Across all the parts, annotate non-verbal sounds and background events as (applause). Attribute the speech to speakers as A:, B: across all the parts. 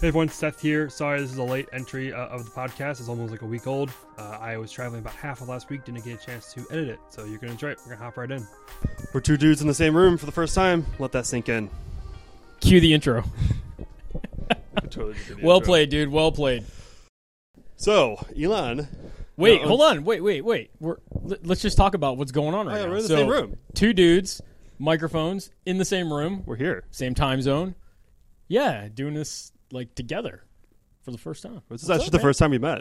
A: Hey everyone, Seth here. Sorry, this is a late entry uh, of the podcast. It's almost like a week old. Uh, I was traveling about half of last week, didn't get a chance to edit it, so you're gonna enjoy it. We're gonna hop right in.
B: We're two dudes in the same room for the first time. Let that sink in.
C: Cue the intro.
B: Totally did the
C: Well
B: intro.
C: played, dude. Well played.
B: So, Elon.
C: Wait,
B: No,
C: hold on. Wait, wait, wait. We're let- let's just talk about what's going on right
B: Oh, yeah,
C: now.
B: we're in the
C: So,
B: same room.
C: Two dudes, microphones in the same room,
B: We're here.
C: same time zone. Yeah, doing this like together for the first time
B: This is
C: What's
B: actually
C: up,
B: the
C: man?
B: first time we met.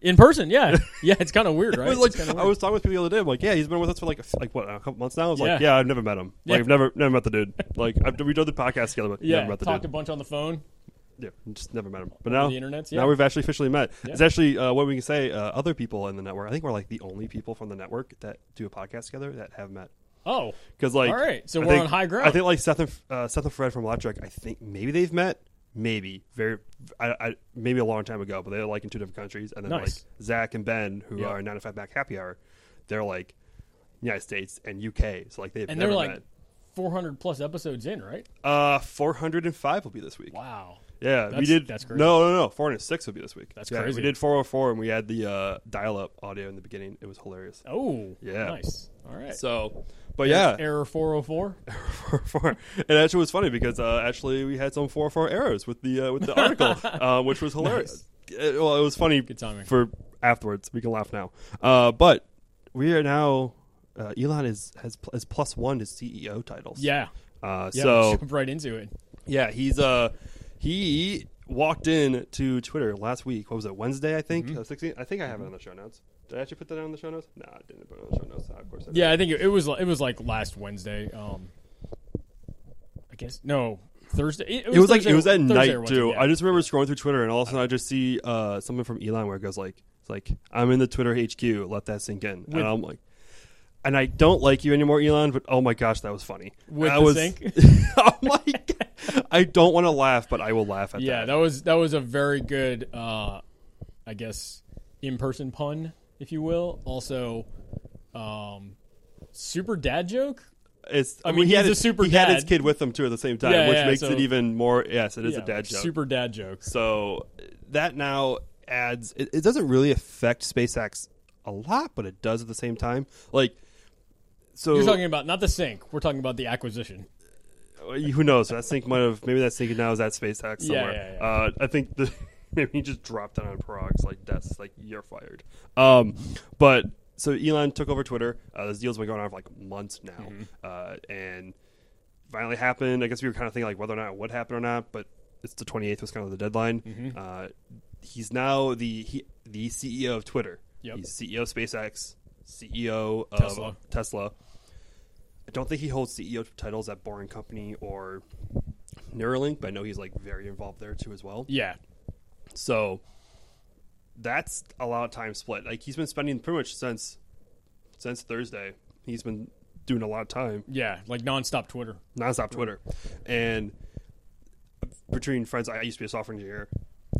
C: in
B: (laughs)
C: person. Yeah, yeah. It's kind of weird,
B: I
C: right?
B: was like-
C: It's kinda
B: I
C: weird.
B: was talking with people the other day. I'm like, yeah, he's been with us for like, a f- like what, a couple months now? I was like,
C: Yeah.
B: yeah, I've never met him. Like,
C: Yeah.
B: I've never never met the dude. Like, I've, we've done the podcast together, but
C: yeah,
B: never met the
C: talked a
B: dude.
C: bunch on the phone.
B: yeah, just never met him. But now,
C: the internets,
B: now
C: yeah.
B: we've actually officially met.
C: Yeah.
B: It's actually uh, what we can say. Uh, other people in the network, I think we're like the only people from the network that do a podcast together that have met.
C: Oh,
B: Because like,
C: All right, so
B: I
C: we're
B: think-
C: on high ground.
B: I think like Seth and uh, Seth and Fred from Electric. I think maybe they've met, maybe very, I, I maybe a long time ago, but they're like in two different countries. And then
C: Nice.
B: like Zach and Ben, who
C: Yeah.
B: are nine to five back happy hour, they're like United States and UK. So like they've
C: and
B: never
C: they're like
B: met.
C: 400 plus episodes in, right?
B: Uh, four hundred and five will be this week.
C: Wow.
B: Yeah, we
C: That's-
B: did.
C: that's crazy.
B: No, no, no. Four hundred six will be this week.
C: That's
B: Yeah,
C: crazy.
B: We did four hundred four, and we had the uh, dial up audio in the beginning. It was hilarious.
C: Oh,
B: Yeah.
C: Nice. All right.
B: So, but yeah, (laughs)
C: Error 404.
B: four oh four. It actually was funny because uh, actually we had some four oh four errors with the uh, with the
C: (laughs)
B: article, uh, which was hilarious. Uh, well, it was funny Good
C: timing.
B: for afterwards. We can laugh now, uh, but we are now. Uh, Elon is has pl- is plus one to CEO titles.
C: Yeah.
B: Uh,
C: Yeah.
B: so
C: jump right into it.
B: yeah, he's uh he walked in to Twitter last week. What was it? Wednesday, I think.
C: Mm-hmm.
B: Uh, 16? I think I have it on the show notes. Did I actually put that on the show notes? No, I didn't put it on the show notes. Of course. I didn't.
C: Yeah, I think it, it was it was like last Wednesday. Um, I guess no Thursday. It,
B: it was like
C: Thursday-
B: it was at
C: Thursday or
B: night
C: Wednesday,
B: too.
C: yeah.
B: I just remember scrolling through Twitter and all of a sudden I just see uh, something from Elon where it goes like, "It's like I'm in the Twitter HQ. Let that sink in." and I'm like, and I don't like you anymore, Elon. But oh my gosh, that was funny.
C: With
B: I
C: the
B: was,
C: sink?
B: (laughs) I'm like, I don't want to laugh, but I will laugh at
C: yeah,
B: that.
C: that was that was a very good, uh, I guess, in person pun, if you will. Also, um, super dad joke.
B: It's, I,
C: mean,
B: mean, he
C: he's
B: had
C: a
B: his,
C: super
B: he had
C: dad.
B: his kid with him too at the same time,
C: Yeah,
B: which
C: yeah,
B: makes
C: so-
B: it even more. Yes, it is
C: Yeah,
B: a dad joke.
C: Super dad jokes.
B: So that now adds it, it doesn't really affect SpaceX a lot, but it does at the same time. Like so
C: You're talking about not the sink. We're talking about the acquisition.
B: who knows? That sink might have maybe that sink now is at SpaceX
C: Yeah,
B: somewhere.
C: yeah, yeah.
B: Uh, I think the (laughs) maybe he just dropped it on Parag's like that's like you're fired. Um, but so Elon took over Twitter. Uh, this deal's been going on for like months now,
C: Mm-hmm.
B: uh, and finally happened. I guess we were kind of thinking like whether or not it would happen or not, but it's the 28th was kind of the deadline.
C: Mm-hmm.
B: Uh, he's now the he, the CEO of Twitter.
C: Yep.
B: He's CEO of SpaceX, E CEO of
C: Tesla.
B: Tesla. I don't think he holds CEO titles at Boring Company or Neuralink, but I know he's like very involved there too as well.
C: Yeah,
B: So that's a lot of time split. Like he's been spending pretty much since since Thursday. He's been doing a lot of time
C: yeah, like nonstop Twitter.
B: nonstop Twitter, and between friends, I I used to be a software engineer,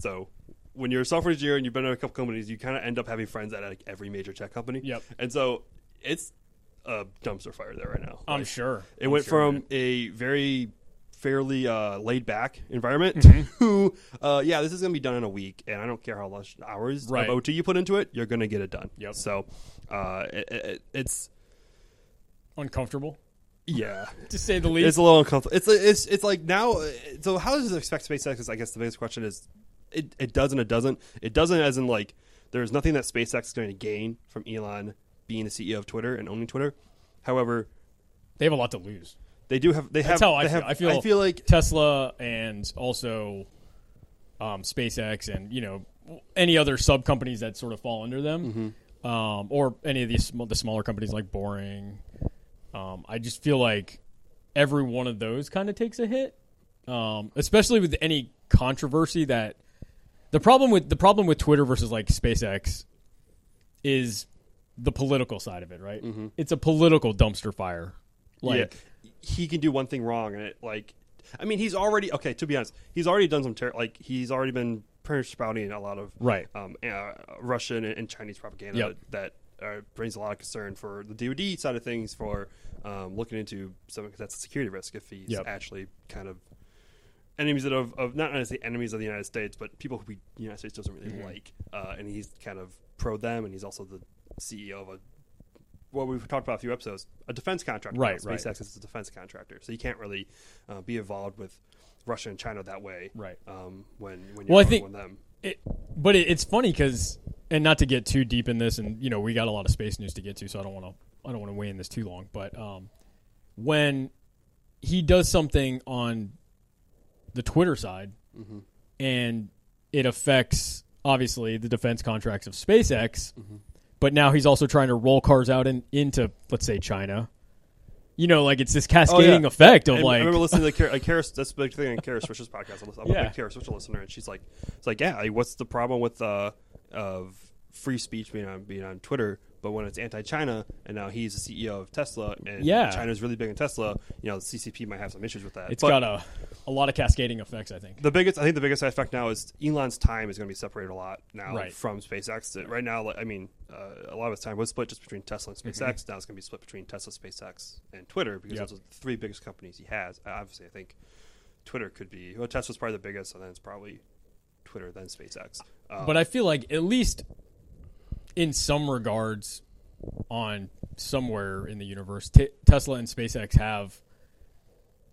B: so when you're a software engineer and you've been at a couple companies, you kind of end up having friends at like every major tech company.
C: Yep.
B: And so it's a dumpster fire there right now.
C: I'm
B: Like,
C: sure
B: It
C: I'm
B: went
C: sure,
B: from
C: man.
B: a very fairly uh, laid back environment (laughs)
C: Mm-hmm.
B: to uh, yeah, this is gonna be done in a week, and I don't care how much hours
C: Right.
B: of OT you put into it, you're gonna get it done.
C: Yep.
B: So uh, it, it, it's
C: uncomfortable
B: yeah.
C: to say the least.
B: It's a little uncomfortable. It's it's it's like now. uh, So how does it affect SpaceX? Is I guess the biggest question is, it it does and it doesn't. It doesn't as in like there's nothing that SpaceX is going to gain from Elon being the CEO of Twitter and owning Twitter. However,
C: they have a lot to lose.
B: they do have they
C: That's
B: have
C: how I
B: they
C: feel.
B: have-
C: I feel.
B: I feel like
C: Tesla and also um, SpaceX and you know any other sub companies that sort of fall under them,
B: Mm-hmm.
C: um, or any of these sm- the smaller companies like Boring. Um, I just feel like every one of those kind of takes a hit, um, especially with any controversy that the problem with the problem with Twitter versus like SpaceX is the political side of it, right? It's a political dumpster fire. Like
B: Mm-hmm. yeah, he can do one thing wrong and it like I mean he's already okay to be honest he's already done some ter- like he's already been pretty much spouting a lot of
C: Right.
B: um, uh, Russian and, and Chinese propaganda
C: Yep.
B: that, that uh, brings a lot of concern for the DoD side of things for um, looking into some 'cause that's a security risk if he's
C: Yep.
B: actually kind of enemies that of, of not necessarily enemies of the United States, but people who we, the United States doesn't
C: Mm-hmm.
B: really like. Uh, and he's kind of pro them, and he's also the CEO of a well, we've talked about a few episodes, a defense contractor.
C: Right,
B: SpaceX
C: right.
B: is a defense contractor, so you can't really uh, be involved with Russia and China that way.
C: Right.
B: Um, when when you're
C: Well, I
B: going
C: think-
B: with them.
C: it, but it, it's funny because, and not to get too deep in this, and you know, we got a lot of space news to get to, so I don't want to, I don't want to weigh in this too long. But um, when he does something on the Twitter side,
B: Mm-hmm.
C: and it affects obviously the defense contracts of SpaceX,
B: Mm-hmm.
C: but now he's also trying to roll cars out in, into, let's say, China. You know, like it's this cascading effect of
B: Oh, And I
C: like
B: remember listening to Kara, like Kara, that's a big thing on Kara Swisher's podcast. I'm, I'm a
C: Yeah.
B: big Kara Swisher listener, and she's like, it's like, yeah, like, what's the problem with uh, of free speech being on being on Twitter? But when it's anti-China, and now he's the CEO of Tesla, and
C: Yeah.
B: China's really big in Tesla, you know, the CCP might have some issues with that.
C: it's
B: But
C: got a a lot of cascading effects. I think.
B: the biggest, I think, the biggest effect now is Elon's time is going to be separated a lot now
C: Right.
B: from SpaceX. That right now, like, I mean, uh, a lot of his time was split just between Tesla and SpaceX. Now it's going to be split between Tesla, SpaceX, and Twitter because
C: Mm-hmm. Yep.
B: those are the three biggest companies he has. Uh, Obviously, I think Twitter could be. Well, Tesla's probably the biggest, and then it's probably Twitter, then SpaceX. Um,
C: but I feel like at least in some regards, on somewhere in the universe, t- Tesla and SpaceX have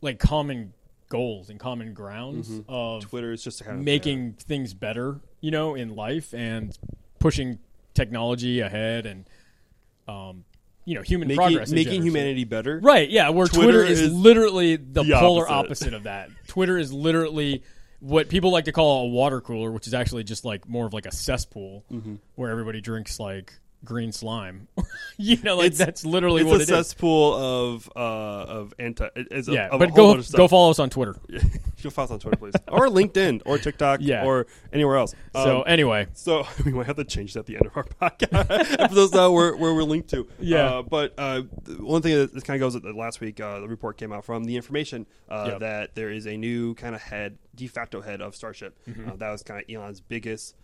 C: like common goals and common grounds of
B: Twitter is Mm-hmm. just a kind of
C: making things better, you know, in life and pushing technology ahead and, um, you know, human
B: making,
C: progress, in
B: making
C: general.
B: humanity better.
C: Right, yeah, where
B: Twitter
C: Twitter, is,
B: is
C: literally the,
B: the
C: polar
B: opposite.
C: opposite. of that. Twitter is literally what people like to call a water cooler, which is actually just like more of like a cesspool
B: Mm-hmm.
C: where everybody drinks like green slime. (laughs) you know, like
B: It's-
C: that's literally
B: It's
C: what
B: a
C: it is.
B: cesspool of uh, of anti. it- It's a-
C: yeah,
B: of a
C: but
B: whole
C: go
B: bunch of stuff. (laughs)
C: go follow us on Twitter.
B: You'll follow us on Twitter, please,
C: (laughs)
B: or LinkedIn, or TikTok,
C: Yeah.
B: or anywhere else.
C: so
B: Um,
C: anyway,
B: So (laughs) we might have to change that at the end of our (laughs) podcast for those that where where we're linked to.
C: Yeah.
B: Uh, but uh, th- one thing that kind of goes with the last week, uh, the report came out from the information uh,
C: Yep.
B: that there is a new kind of head, de facto head of Starship. Uh, that was kind of Elon's biggest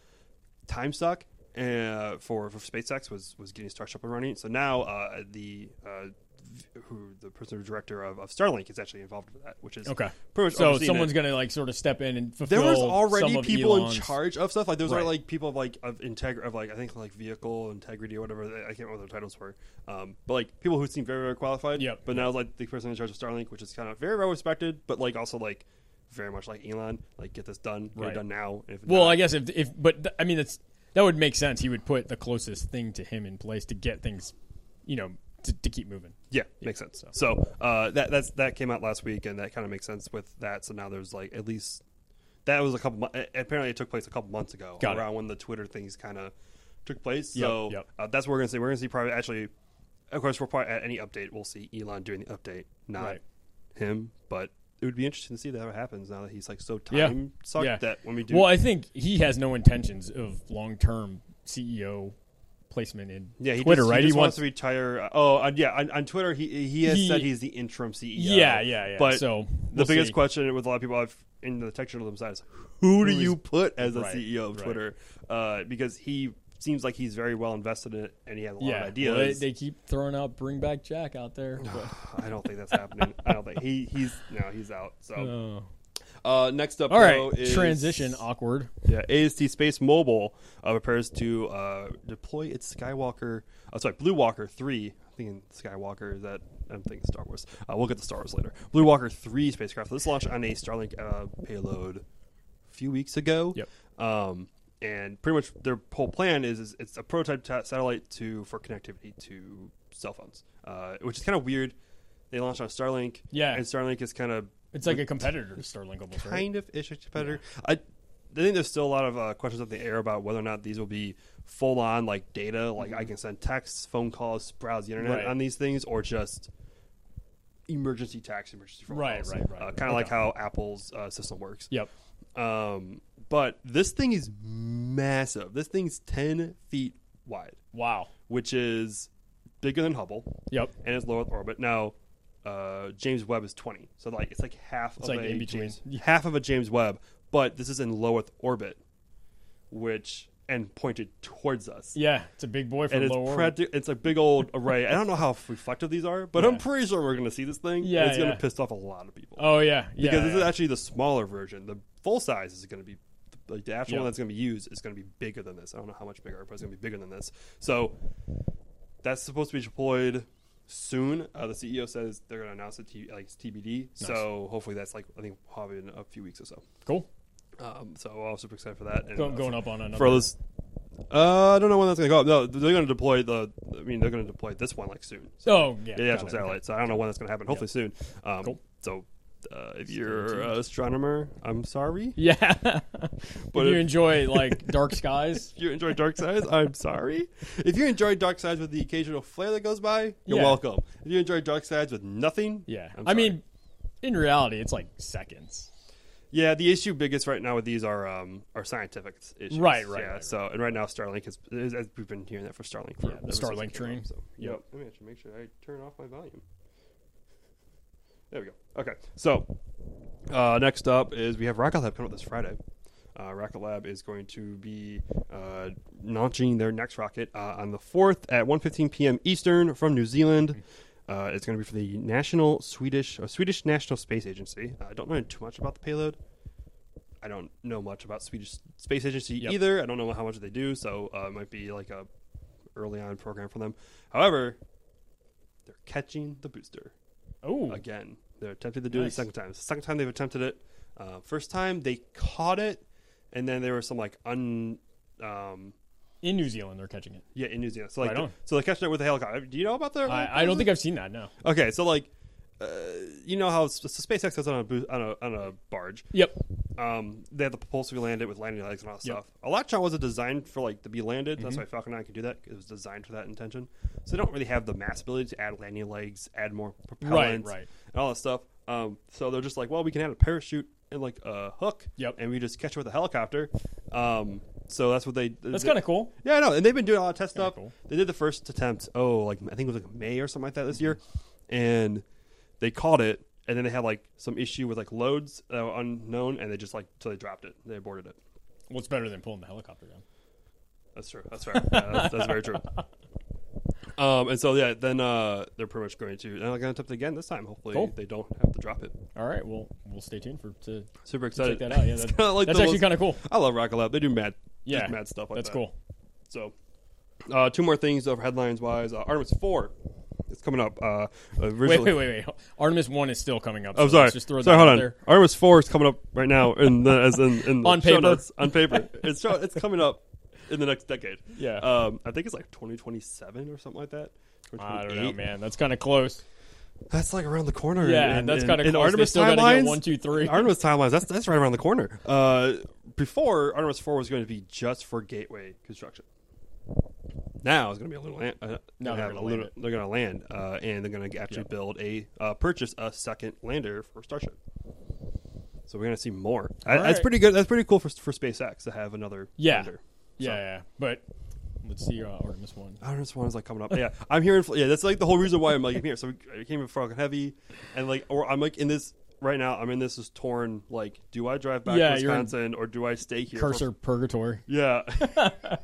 B: time suck uh, for for SpaceX was was getting Starship up and running. So now uh, the uh, v- who the person who director of, of Starlink is actually involved with that, which is
C: okay.
B: pretty much
C: So
B: overseeing it
C: someone's going to like sort of step in and fulfill
B: there was
C: some
B: already
C: of
B: people
C: Elon's-
B: in charge of stuff like those are
C: Right.
B: like people of like of integrity of like i think like vehicle integrity or whatever i can't remember what their titles were um but like people who seem very very qualified
C: Yep.
B: but now like the person in charge of starlink which is kind of very well respected but like also like very much like elon like get this done get it
C: Right.
B: done now and if
C: Well,
B: not-
C: I guess if if but th- I mean that's that would make sense. He would put the closest thing to him in place to get things, you know, to, to keep moving.
B: Yeah, makes sense. So uh, that that's that came out last week, and that kind of makes sense with that. So now there's like at least that was a couple. mon- a- Apparently, it took place a couple months ago,
C: Got it.
B: around when the Twitter things kind of took place. So
C: yep.
B: Uh, that's what we're gonna see. We're gonna see probably actually. Of course, we'll probably at any update we'll see Elon doing the update, not
C: Right.
B: him. But it would be interesting to see that what happens now that he's like so
C: Yeah.
B: time sucked
C: Yeah.
B: that when we do
C: Well, I think he has no intentions of long term CEO placement in
B: Yeah, he
C: Twitter,
B: just,
C: right?
B: He, just wants, to retire. uh, Oh, uh, yeah. On, on Twitter, he he has
C: He-
B: said he's the interim CEO.
C: Yeah, yeah, yeah.
B: But
C: So,
B: the
C: we'll
B: biggest
C: see.
B: question with a lot of people I've in the tech journalism side is who do you put as the
C: Right,
B: CEO of
C: right.
B: Twitter? Uh, because he seems like he's very well invested in it, and he has a lot
C: yeah,
B: of ideas.
C: Well, they, they keep throwing out "Bring Back Jack" out there.
B: (sighs)
C: but-
B: I don't think that's happening. I don't think he he's no he's out. So
C: Oh.
B: uh, next up,
C: All right,
B: though, is-
C: transition awkward.
B: Yeah, AST Space Mobile uh, prepares to uh, deploy its Skywalker. Uh, sorry, Blue Walker three. I'm thinking Skywalker. Is that I'm thinking Star Wars. Uh, we'll get to Star Wars later. Blue Walker three spacecraft. This launched on a Starlink uh, payload a few weeks ago.
C: Yep.
B: Um, and pretty much their whole plan is, is it's a prototype ta- satellite to for connectivity to cell phones, uh, which is kind of weird. They launched on Starlink.
C: Yeah.
B: And Starlink is kind of
C: It's like a competitor to Starlink almost, right?
B: kind of ish a competitor. I, I think there's still a lot of uh, questions up in the air about whether or not these will be full on like data, like I can send texts, phone calls, browse the internet
C: Mm-hmm. Right.
B: on these things, or just emergency text, emergency phone
C: Right,
B: calls.
C: right, right,
B: Uh,
C: right.
B: Kind of like
C: Okay.
B: how Apple's uh, system works.
C: Yep.
B: Um, but this thing is massive. This thing's 10 feet wide,
C: Wow.
B: which is bigger than Hubble,
C: Yep.
B: and it's low Earth orbit now. Uh, James Webb is twenty, so like it's like half of
C: like
B: a (laughs)
C: in between.
B: James, half of a James Webb, but this is in low Earth orbit, which and pointed towards us.
C: Yeah, it's a big boy from
B: And it's
C: lower.
B: practi- it's a big old array. I don't know how reflective these are, but I'm
C: Yeah.
B: pretty sure we're going to see this thing.
C: Yeah,
B: it's going
C: yeah.
B: to piss off a lot of people
C: oh yeah, yeah.
B: because this is
C: yeah.
B: actually the smaller version. The full size is going to be like the actual
C: Yeah.
B: one that's going to be used is going to be bigger than this. I don't know how much bigger, but it's going to be bigger than this. So that's supposed to be deployed soon. Uh, the CEO says they're going to announce it to, like it's TBD. So hopefully that's like I think probably in a few weeks or so.
C: cool.
B: Um, so I'm super excited for that. And,
C: Go,
B: uh,
C: going up on another.
B: for those. Uh, I don't know when that's going to go up. No, they're going to deploy the. I mean, they're going to deploy this one like soon. So
C: oh yeah,
B: yeah, the
C: got
B: actual
C: it.
B: satellite. So I don't know when that's going to happen. Hopefully soon. Um,
C: Cool.
B: So uh, if you're an astronomer, I'm sorry.
C: Yeah, (laughs) if
B: But
C: you
B: if-
C: enjoy like dark skies.
B: If you enjoy dark sides, I'm sorry. If you enjoy dark sides with the occasional flare that goes by, you're
C: Yeah.
B: welcome. If you enjoy dark sides with nothing,
C: Yeah,
B: I'm
C: I
B: sorry.
C: mean, in reality, it's like seconds.
B: yeah. The issue biggest right now with these are um are scientific issues.
C: Right, right,
B: Yeah.
C: right, right.
B: So and right now Starlink is, is, as we've been hearing that for Starlink. For
C: Yeah, the
B: ever since it
C: Starlink
B: came
C: train.
B: out, so
C: Yep.
B: yep. Let me actually make sure I turn off my volume. There we go. Okay. So Uh, next up is we have Rocket Lab coming up this Friday. Uh, Rocket Lab is going to be uh, launching their next rocket uh, on the 4th at 1.15 p.m. Eastern from New Zealand. Uh, it's going to be for the National Swedish or Swedish National Space Agency. Uh, I don't know too much about the payload. I don't know much about Swedish Space Agency
C: Yep.
B: either. I don't know how much they do, so uh, it might be like a early on program for them. However, they're catching the booster
C: Oh,
B: again. They're attempting to do it
C: Nice.
B: a second time. It's the second time they've attempted it. Uh, first time they caught it, and then there was some like un, um,
C: in New Zealand, they're catching it.
B: yeah, in New Zealand. So like,
C: Right on.
B: so they catching it with a helicopter. Do you know about their?
C: I, I don't think I've seen that. No.
B: Okay, so like, uh, you know how S- S- SpaceX goes on a boo- on a on a barge.
C: Yep.
B: Um, they have the propulsor to land it with landing legs and all that
C: Yep. Mm-hmm.
B: stuff. Electron wasn't designed for like to be landed. That's why Falcon 9 could do that. 'cause It was designed for that intention. So they don't really have the mass ability to add landing legs, add more propellant,
C: right.
B: and all that stuff. Um, so they're just like, well, we can add a parachute and like a hook,
C: Yep.
B: and we just catch it with a helicopter. Um, so that's what they.
C: That's kind of cool.
B: Yeah, I know. And they've been doing a lot of test
C: Kinda
B: stuff.
C: cool.
B: They did the first attempt, oh, like I think it was like May or something like that this year, and they caught it, and then they had like some issue with like loads that were unknown, and they just like so they dropped it, they aborted it.
C: Well, it's better than pulling the helicopter down.
B: That's true. That's fair. Yeah, that's, that's
C: (laughs)
B: very true. Um, and so yeah, then uh, they're pretty much going to and they're going to attempt it again this time. Hopefully,
C: Cool.
B: they don't have to drop it.
C: All right. Well, we'll stay tuned for to
B: Super
C: check
B: excited.
C: that out.
B: (laughs)
C: Yeah,
B: It's
C: that-
B: kinda like
C: that's
B: the
C: actually
B: most-
C: kind of cool.
B: I love Rocket Lab. They do mad,
C: Yeah,
B: just mad stuff like
C: that's
B: that.
C: cool.
B: So, uh, two more things of headlines wise. Uh, Artemis Four is coming up. Uh, originally,
C: Wait, wait, wait, wait. Artemis One is still coming up.
B: I'm
C: so
B: sorry.
C: Let's just throw
B: sorry,
C: that
B: hold
C: out
B: on.
C: there.
B: Artemis Four is coming up right now, in the, as in, in the
C: (laughs) On
B: show
C: paper.
B: notes, on
C: (laughs)
B: paper. It's show, it's coming up in the next decade.
C: Yeah.
B: um, I think it's like 2027 or something like that.
C: I don't know,
B: 2028.
C: man. That's kind of close.
B: That's like around the corner.
C: Yeah,
B: in,
C: that's
B: in-
C: kind of
B: in
C: close. they
B: Artemis
C: still gotta get
B: timelines.
C: one, two, three.
B: Artemis timelines. That's that's right around the corner. Uh, before Artemis Four was going to be just for gateway construction. Now it's going to be a little land. Uh,
C: Now
B: now
C: they're
B: they're
C: gonna
B: going
C: land
B: to
C: it.
B: they're going to land, uh, and they're going to actually build a uh, purchase a second lander for Starship. So we're going to see more. I, That's
C: right.
B: pretty good. That's pretty cool for for SpaceX to have another
C: Yeah.
B: lander.
C: Yeah, yeah. But let's see uh, Artemis One.
B: Artemis One is like coming up. Yeah, I'm here. In, Fl- yeah, that's like the whole reason why I'm like here. So I came in fucking heavy, and like, or I'm like in this right now. I'm in this is torn. Like, do I drive back
C: Yeah,
B: to
C: you're in
B: Wisconsin or do I stay here? for-
C: Cursor Purgatory.
B: yeah. (laughs)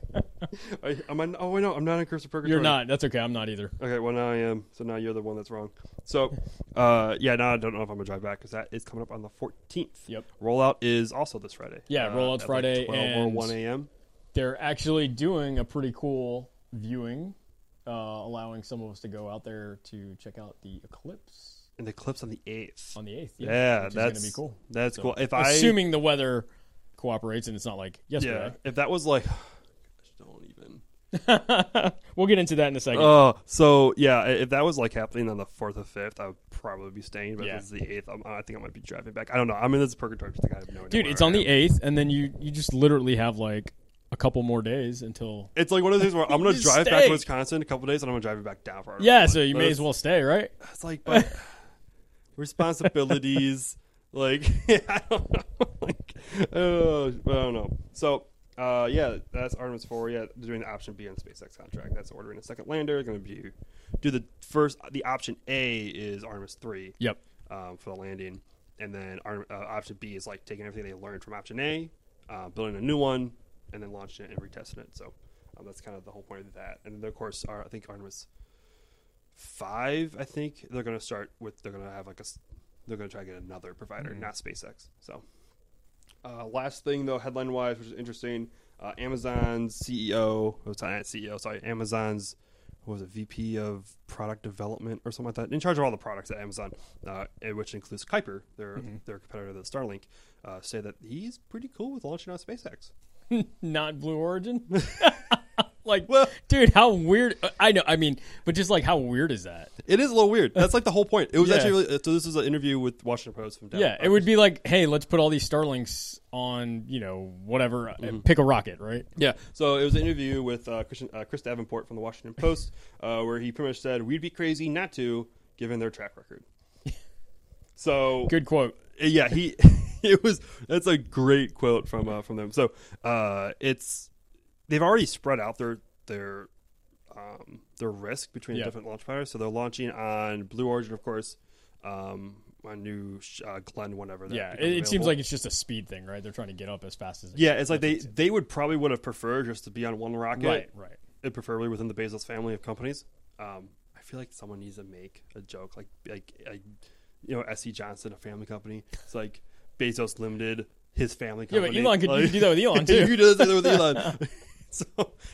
B: I, am I? Oh, I know. I'm not in cursor purgatory.
C: You're not. That's okay. I'm not either.
B: Okay. Well, now I am. So now you're the one that's wrong. So, uh, yeah. Now I don't know if I'm gonna drive back because that is coming up on the 14th.
C: Yep.
B: Rollout is also this Friday.
C: Yeah,
B: Uh,
C: rollout's
B: at, like,
C: Friday
B: 12 or
C: and-
B: 1 a.m.
C: They're actually doing a pretty cool viewing, uh, allowing some of us to go out there to check out the eclipse
B: and the clips on the 8th.
C: on the eighth.
B: yeah,
C: which
B: that's
C: is gonna be cool.
B: That's
C: So,
B: cool. If I
C: assuming the weather cooperates and it's not like
B: Yeah,
C: yesterday.
B: if that was like, don't even.
C: (laughs) we'll get into that in a second.
B: Oh, so yeah, i- if that was like happening on the fourth or fifth, I would probably be staying. But
C: Yeah.
B: if it's the eighth, I'm- I think I might be driving back. I don't know. I'm in this purgatory. I think I have no idea.
C: Dude,
B: where
C: it's
B: I
C: on the
B: am.
C: eighth, and then you you just literally have like a couple more days until.
B: It's like one of those things where I'm
C: (laughs)
B: gonna
C: Just
B: drive back
C: stay.
B: to Wisconsin in a couple days, and I'm gonna drive it back down for. Artemis
C: Yeah,
B: One.
C: so you
B: But
C: may
B: it's-
C: as well stay, right?
B: It's like but (laughs) responsibilities. Like (laughs) I don't know. (laughs) Like oh, I don't know. So uh, yeah, that's Artemis Four. Yeah, they're doing the option B on the SpaceX contract. That's ordering a second lander. Going to be do the first. The option A is Artemis Three.
C: Yep.
B: Um, for the landing, and then Artem- uh, option B is like taking everything they learned from option A, uh, building a new one, and then launching it and retesting it. So um, that's kind of the whole point of that. And then of course, our, I think Artemis five. I think they're going to start with they're going to have like a s- they're going to try to get another provider, not SpaceX. So uh, last thing though, headline wise, which is interesting, uh, Amazon's CEO, oh, sorry, not CEO, sorry, Amazon's what was it VP of product development or something like that, in charge of all the products at Amazon, uh, and which includes Kuiper, their
C: Mm-hmm.
B: their competitor, the Starlink, uh, say that he's pretty cool with launching on SpaceX.
C: Not Blue Origin.
B: (laughs)
C: (laughs) like,
B: Well-
C: dude, how weird. uh, I know. I mean, but just like, how weird is that?
B: It is a little weird. That's like the whole point. It was
C: Yeah.
B: actually really, so. This is an interview with Washington Post from Deb.
C: Yeah, it would be like, hey, let's put all these Starlinks on, you know, whatever, uh, pick a rocket, right?
B: Mm-hmm. Yeah. So it was an interview with uh, Christian, uh, Chris Davenport from the Washington Post, uh, where he pretty much said, "We'd be crazy not to, given their track
C: (laughs)
B: record." So uh,
C: Good quote.
B: yeah, he (laughs) it was that's a great quote from uh, from them. So uh, it's they've already spread out their their um, their risk between
C: Yeah.
B: the different launch providers. So they're launching on Blue Origin, of course, um, on new sh- uh, Glenn, whatever. that
C: Yeah,
B: becomes
C: it, it seems
B: available.
C: like it's just a speed thing, right? They're trying to get up as fast as. They
B: yeah, it's like they they would probably would have preferred just to be on one rocket,
C: can. right, right.
B: and uh, preferably within the Bezos family of companies. Um, I feel like someone needs to make a joke, like like, like you know, SC Johnson, a family company. It's like Bezos Limited, his family
C: Yeah,
B: company.
C: but Elon could you
B: like,
C: could do that with
B: (laughs)
C: Elon
B: you
C: too.
B: could do that with Elon.
C: (laughs)
B: (laughs) so,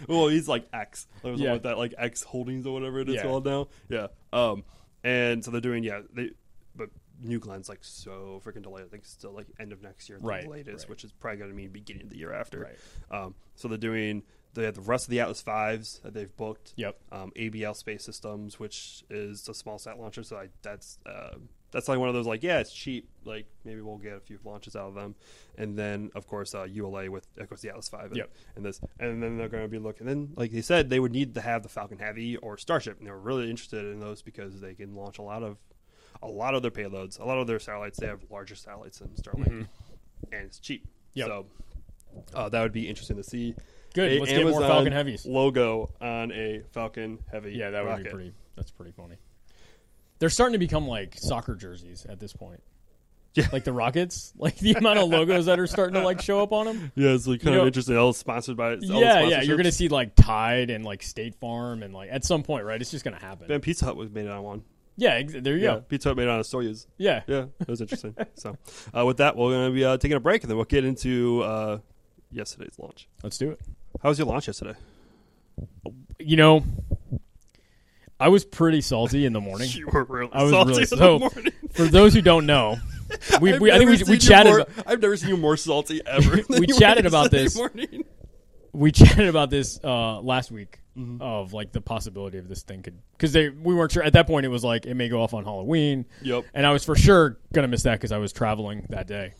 B: well, he's like X. There was
C: Yeah.
B: like that, like X Holdings or whatever it is
C: Yeah.
B: called now. Yeah. Um, and so they're doing yeah. They but New Glen's like so freaking delayed. I think still like end of next year, at
C: Right,
B: the latest,
C: right.
B: which is probably going to mean beginning of the year after.
C: Right.
B: Um, so they're doing they have the rest of the Atlas fives that they've booked.
C: Yep.
B: Um, ABL Space Systems, which is a small sat launcher, so I, that's uh, that's like one of those like yeah, it's cheap. Like maybe we'll get a few launches out of them, and then of course uh, ULA with of course the Atlas Five and,
C: Yep.
B: and this, and then they're going to be looking. And then like they said, they would need to have the Falcon Heavy or Starship, and they're really interested in those because they can launch a lot of a lot of their payloads, a lot of their satellites. They have larger satellites than Starlink, and it's cheap.
C: Mm-hmm. Yep.
B: So uh, that would be interesting to see.
C: Good,
B: A
C: let's get more
B: Amazon
C: Falcon Heavies.
B: Logo on a Falcon Heavy.
C: Yeah, that would be
B: rocket.
C: pretty. That's pretty funny. They're starting to become like soccer jerseys at this point.
B: Yeah.
C: Like the Rockets, (laughs) like the amount of logos that are starting to like show up
B: (laughs)
C: on them.
B: Yeah, it's like kind
C: You
B: of
C: know-
B: interesting. All sponsored by. All the
C: yeah, yeah. You're
B: sponsorships.
C: gonna see like Tide and like State Farm and like at some point, right? It's just gonna happen.
B: Man, Pizza Hut was made on one.
C: yeah, ex- there you
B: Yeah,
C: go.
B: Pizza Hut made on a Soyuz.
C: Yeah.
B: Yeah, that was
C: (laughs)
B: interesting. so, uh, with that, we're going to be uh, taking a break, and then we'll get into uh, yesterday's launch.
C: let's do it.
B: How was your launch yesterday?
C: You know, I was pretty salty in the morning.
B: You were really
C: I was
B: salty
C: really
B: in the
C: so-
B: morning.
C: For those who
B: (laughs)
C: don't know, we,
B: I've
C: we I think
B: never
C: we,
B: seen
C: we
B: you
C: chatted.
B: more-
C: about-
B: I've never seen you more salty ever. than
C: (laughs) We
B: you were
C: chatted about
B: yesterday
C: this.
B: morning.
C: we chatted about this uh, last week
B: Mm-hmm.
C: of like the possibility of this thing could because they we weren't sure at that point it was like it may go off on Halloween.
B: Yep.
C: And I was for sure gonna miss that because I was traveling that day.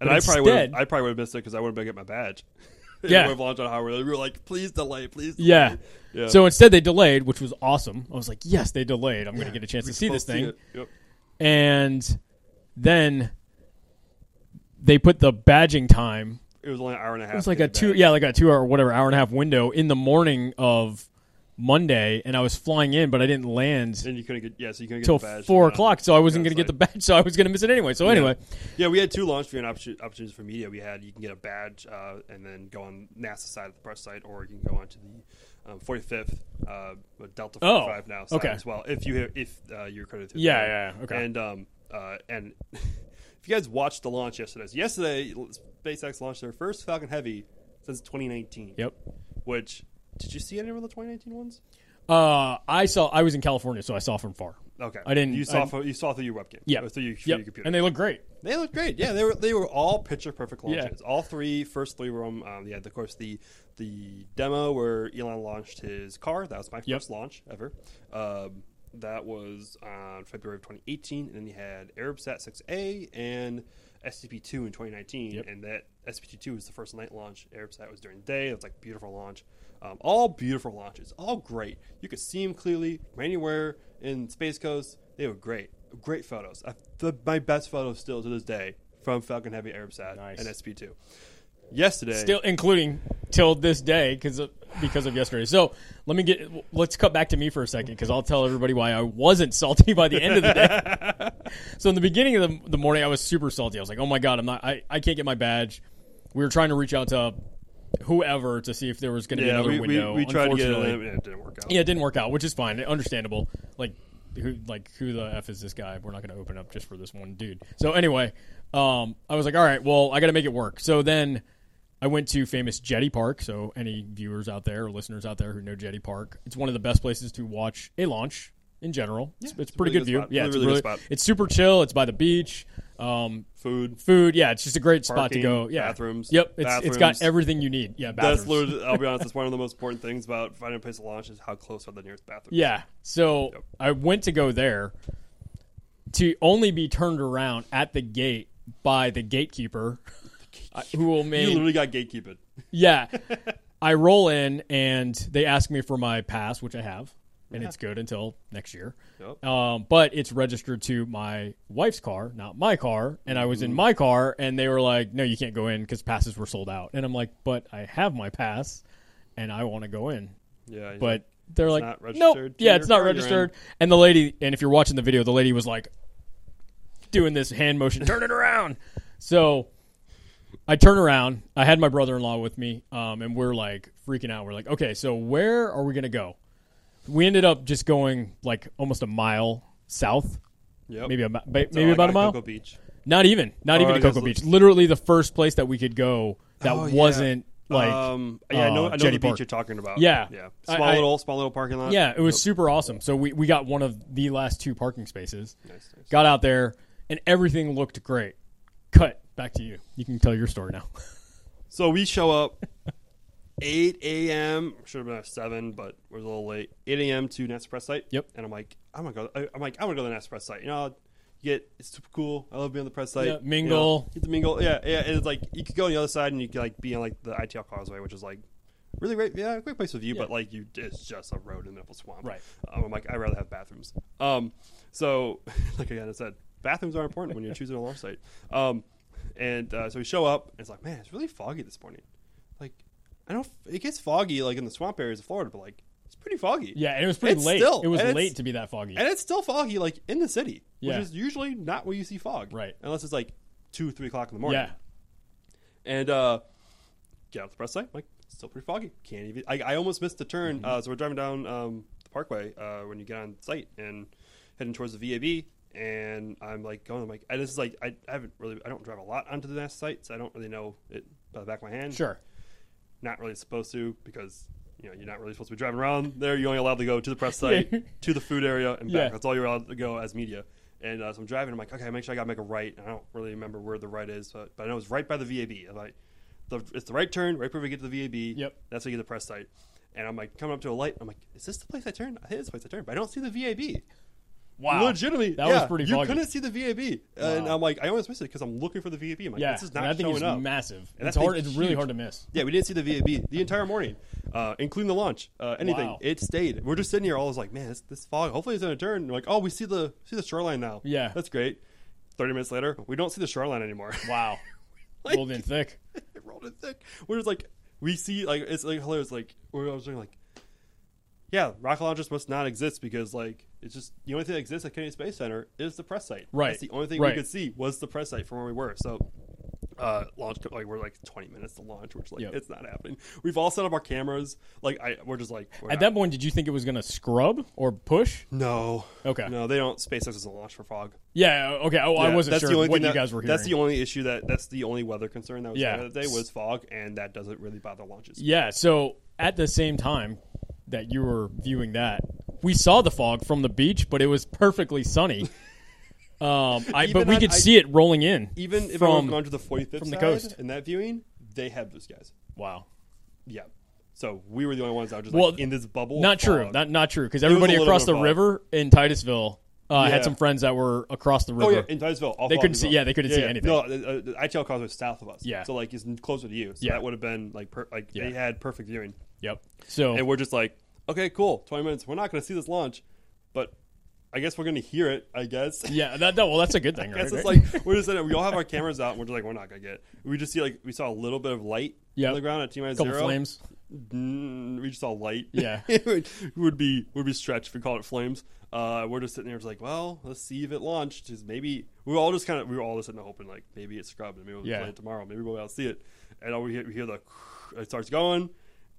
B: And
C: But
B: I probably would
C: instead-
B: I probably would have missed it because I wouldn't been get my badge. (laughs)
C: Yeah.
B: we launched on Howard. We were like, please delay, please. Delay.
C: Yeah.
B: Yeah.
C: So instead they delayed, which was awesome. I was like, yes, they delayed. I'm gonna get a chance
B: We
C: to see this
B: both see
C: thing.
B: it. Yep.
C: And then they put the badging time.
B: It was only an hour and a half.
C: It was like a two, yeah, like a two hour, whatever, hour and a half window in the morning of Monday, and I was flying in, but I didn't land.
B: And you couldn't get yeah, so you couldn't get
C: till
B: the badge
C: four
B: Yeah.
C: o'clock, so I wasn't
B: Yeah,
C: going to get
B: it's
C: the badge, (laughs) so I was going to miss it anyway. So anyway,
B: Yeah, we had two launch viewing option, options for media. We had you can get a badge uh, and then go on NASA side of the press site, or you can go on to the um, 45th uh, Delta
C: Oh,
B: 45 now side
C: okay.
B: as well. If you have, if uh, you're accredited through,
C: Yeah,
B: them.
C: yeah, yeah, okay.
B: And um, uh, and (laughs) if you guys watched the launch yesterday, so yesterday SpaceX launched their first Falcon Heavy since 2019.
C: yep.
B: Which did you see any of the 2019 ones?
C: Uh, I saw. I was in California, so I saw from far.
B: Okay,
C: I didn't-
B: You saw
C: I-
B: fo- you saw through your webcam.
C: Yeah,
B: or through your, through
C: Yep.
B: your computer.
C: and they look great.
B: They looked great. Yeah, they were they were all picture perfect
C: Yeah.
B: launches. All three, first three were um, yeah, of course the the demo where Elon launched his car. That was my first
C: Yep.
B: launch ever. Um, that was on February of 2018, and then you had Arabsat 6A and SCP-2 in 2019,
C: Yep.
B: and that SCP-2 was the first night launch. Arabsat was during the day. It was like a beautiful launch. Um, all beautiful launches, all great. You could see them clearly from anywhere in Space Coast. They were great, great photos. I, the, my best photos still to this day from Falcon Heavy Arabsat
C: Nice.
B: and SCP-2. Yesterday,
C: Still, including till this day, because of, because of yesterday. So let me get. Let's cut back to me for a second, because I'll tell everybody why I wasn't salty by the end of the day.
B: (laughs)
C: so in the beginning of the, the morning, I was super salty. I was like, "Oh my god, I'm not. I, I can't get my badge." We were trying to reach out to whoever to see if there was going to be
B: Yeah,
C: another
B: we, we,
C: window.
B: we tried to get it,
C: Unfortunately-
B: in, and it didn't work out.
C: Yeah, it didn't work out, which is fine, understandable. Like, who, like who the f is this guy? We're not going to open up just for this one dude. So anyway, um, I was like, all right, well, I got to make it work. So then I went to famous Jetty Park. So any viewers out there or listeners out there who know Jetty Park, it's one of the best places to watch a launch in general. it's, it's,
B: it's a
C: pretty
B: really
C: good
B: good
C: view.
B: spot.
C: Yeah,
B: Really,
C: it's a
B: really good
C: really,
B: spot.
C: It's super chill. It's by the beach. Um,
B: Food.
C: food. Yeah, it's just a great spot to
B: Parking,
C: go. Yeah,
B: bathrooms,
C: Yep, it's, it's got
B: bathrooms.
C: everything you need. Yeah, bathrooms.
B: That's literally, I'll be honest,
C: (laughs)
B: that's one of the most important things about finding a place to launch is how close are the nearest bathroom.
C: Yeah. So I went to go there to only be turned around at the gate by the gatekeeper, (laughs) uh, who will
B: You
C: make
B: literally got gatekeeping.
C: yeah.
B: (laughs)
C: I roll in and they ask me for my pass, which I have, and it's good until next year.
B: Yep.
C: Um, but it's registered to my wife's car, not my car. And I was
B: Mm-hmm.
C: in my car, and they were like, "No, you can't go in because passes were sold out." And I'm like, "But I have my pass, and I want to go in."
B: Yeah. he's
C: but they're like,
B: not
C: no,
B: registered to
C: yeah, it's
B: your
C: not
B: car, you're in."
C: registered. And the lady, and if you're watching the video, the lady was like doing this hand motion, turn it around. So I turn around. I had my brother-in-law with me, um, and we're like freaking out. We're like, okay, so where are we gonna go? We ended up just going like almost a mile south,
B: Yep.
C: maybe a, mi- ba-
B: So
C: maybe
B: I
C: about
B: got
C: a mile.
B: Cocoa Beach.
C: Not even, not
B: Oh,
C: even
B: I
C: to Cocoa
B: guess-
C: Beach. Literally the first place that we could go that
B: Oh, yeah.
C: wasn't like
B: um, yeah, I know,
C: uh,
B: I know
C: Jetty
B: the beach
C: Park.
B: you're talking about.
C: Yeah.
B: yeah.
C: I-
B: Small
C: I-
B: little, small little parking lot.
C: Yeah, it was super awesome. So we, we got one of the last two parking spaces.
B: Nice, nice.
C: Got out there and everything looked great. Cut back to you. You can tell your story now. (laughs)
B: So we show up 8 a.m. Should have been at seven, but it was a little late. 8 a.m. to Nest Press site.
C: Yep.
B: And I'm like, I'm gonna go. I- I'm like, I'm gonna go to the Nest Press site. You know, I'll get it's super cool. I love being on the press site.
C: Yeah,
B: You know,
C: mingle.
B: get to mingle. Yeah, yeah. And it's like you could go on the other side and you could like be on like the ITL Causeway, which is like really great. Yeah, great place to view, but like you, it's just a road in the middle of a swamp.
C: Right.
B: Um, I'm like, I'd rather have bathrooms. Um, so (laughs) like again, I said, bathrooms are important when you're choosing a launch site. Um, and uh, so we show up. And it's like, man, it's really foggy this morning. Like, I don't. It gets foggy like in the swamp areas of Florida, but like it's pretty foggy.
C: Yeah, and it was pretty
B: It's
C: late.
B: still-
C: it was
B: and it's-
C: late to be that foggy.
B: And it's still foggy like in the city,
C: Yeah.
B: which is usually not where you see fog,
C: Right.
B: Unless it's like two, three o'clock in the morning.
C: Yeah.
B: And uh, get out the press site. Like it's still pretty foggy. Can't even. I, I almost missed the turn. Uh, so we're driving down um, the Parkway uh, when you get on site and heading towards the VAB. And I'm like going. I'm like, and this is like I, I haven't really. I don't drive a lot onto the next site, so I don't really know it by the back of my hand
C: Sure.
B: not really supposed to because you know you're not really supposed to be driving around there. You're only allowed to go to the
C: (laughs)
B: press site, to the food area, and back.
C: Yeah.
B: That's all you're allowed to go as media. And uh, so I'm driving. I'm like, okay, make sure I gotta make a right. And I don't really remember where the right is, but, but I know it's right by the VAB. I'm like, the, it's the right turn, right before we get to the VAB.
C: Yep.
B: That's how you get to the press site. And I'm like coming up to a light. I'm like, is this the place I turn? I think it's the place I turn, but I don't see the VAB.
C: Wow.
B: Legitimately,
C: That
B: yeah,
C: was pretty
B: You
C: foggy.
B: couldn't see the VAB, and I'm like, I almost missed it because I'm looking for the VAB. I'm like,
C: yeah.
B: this is not
C: and that thing
B: showing
C: is
B: up.
C: massive.
B: And that
C: it's hard
B: thing's
C: it's really
B: huge.
C: hard to miss.
B: Yeah, we didn't see the VAB the entire morning, uh, including the launch. Uh, anything,
C: Wow.
B: it stayed. We're just sitting here, all was like, man, this, this fog. Hopefully, it's gonna turn. And we're like, oh, we see the see the shoreline now.
C: Yeah.
B: that's great. Thirty minutes later, we don't see the shoreline anymore. (laughs)
C: Wow.
B: (laughs) Like-
C: Rolled in thick.
B: it rolled in thick. We're just like, we see like it's like hilarious. Like we're I was thinking, like, yeah, rocket launchers must not exist because like it's just the only thing that exists at Kennedy Space Center is the press site.
C: Right.
B: That's the only thing
C: Right.
B: we could see was the press site from where we were. So. Uh, launch like we're like 20 minutes to launch, which like
C: Yep.
B: it's not happening. We've all set up our cameras. Like I, we're just like we're
C: At
B: not-
C: that point, did you think it was gonna scrub or push?
B: no,
C: Okay.
B: no, they don't. SpaceX doesn't launch for fog.
C: Yeah, okay. Oh, I
B: Yeah,
C: wasn't
B: that's
C: sure
B: the only
C: what
B: thing
C: you
B: that-
C: guys were hearing.
B: That's the only issue that that's the only weather concern that was yeah.
C: Yeah.
B: there that day was fog, and that doesn't really bother launches.
C: Yeah, so at the same time that you were viewing that, we saw the fog from the beach, but it was
B: (laughs)
C: perfectly sunny. Um, I, but
B: Even
C: we
B: on-
C: could
B: I-
C: see it rolling in.
B: even if
C: from
B: I've gone to the 45th
C: from the
B: side
C: coast.
B: in that viewing, they had blue skies.
C: wow,
B: Yeah. So we were the only ones that were just
C: Well,
B: like in this bubble.
C: not
B: of
C: true,
B: fog.
C: not not true,
B: was
C: because
B: a
C: everybody
B: little
C: across
B: bit
C: the
B: of fog.
C: river in Titusville uh,
B: Yeah.
C: had some friends that were across the river.
B: oh yeah, in Titusville, all
C: They
B: fog
C: couldn't
B: as
C: see-
B: well.
C: yeah, they couldn't see anything.
B: No, uh, uh, the ITL Causeway was south of us.
C: Yeah.
B: So like it's closer to you. So
C: Yeah.
B: that would have been like per- like
C: Yeah. Oh.
B: they had perfect viewing,
C: Yep. So
B: and we're just like, okay, cool, 20 minutes. We're not going to see this launch, but I guess we're going to hear it. I guess. (laughs)
C: yeah, that, that- well, that's a good thing, right?
B: guess it's like we're just sitting, we all have our cameras out and we're just like we're not gonna get it. we just see like we saw a little bit of light
C: Yep.
B: on the ground at T minus
C: couple
B: zero
C: flames.
B: Mm, we just saw light. (laughs)
C: Yeah.
B: it would, would be would be stretched if we called it flames. Uh, we're just sitting there, just like, well, let's see if it launched. Just maybe we were all just kind of we were all just sitting there hoping like maybe it's scrubbed and maybe we'll
C: Yeah.
B: play it tomorrow. Maybe we'll all see it. And all we hear, we hear the cr- it starts going,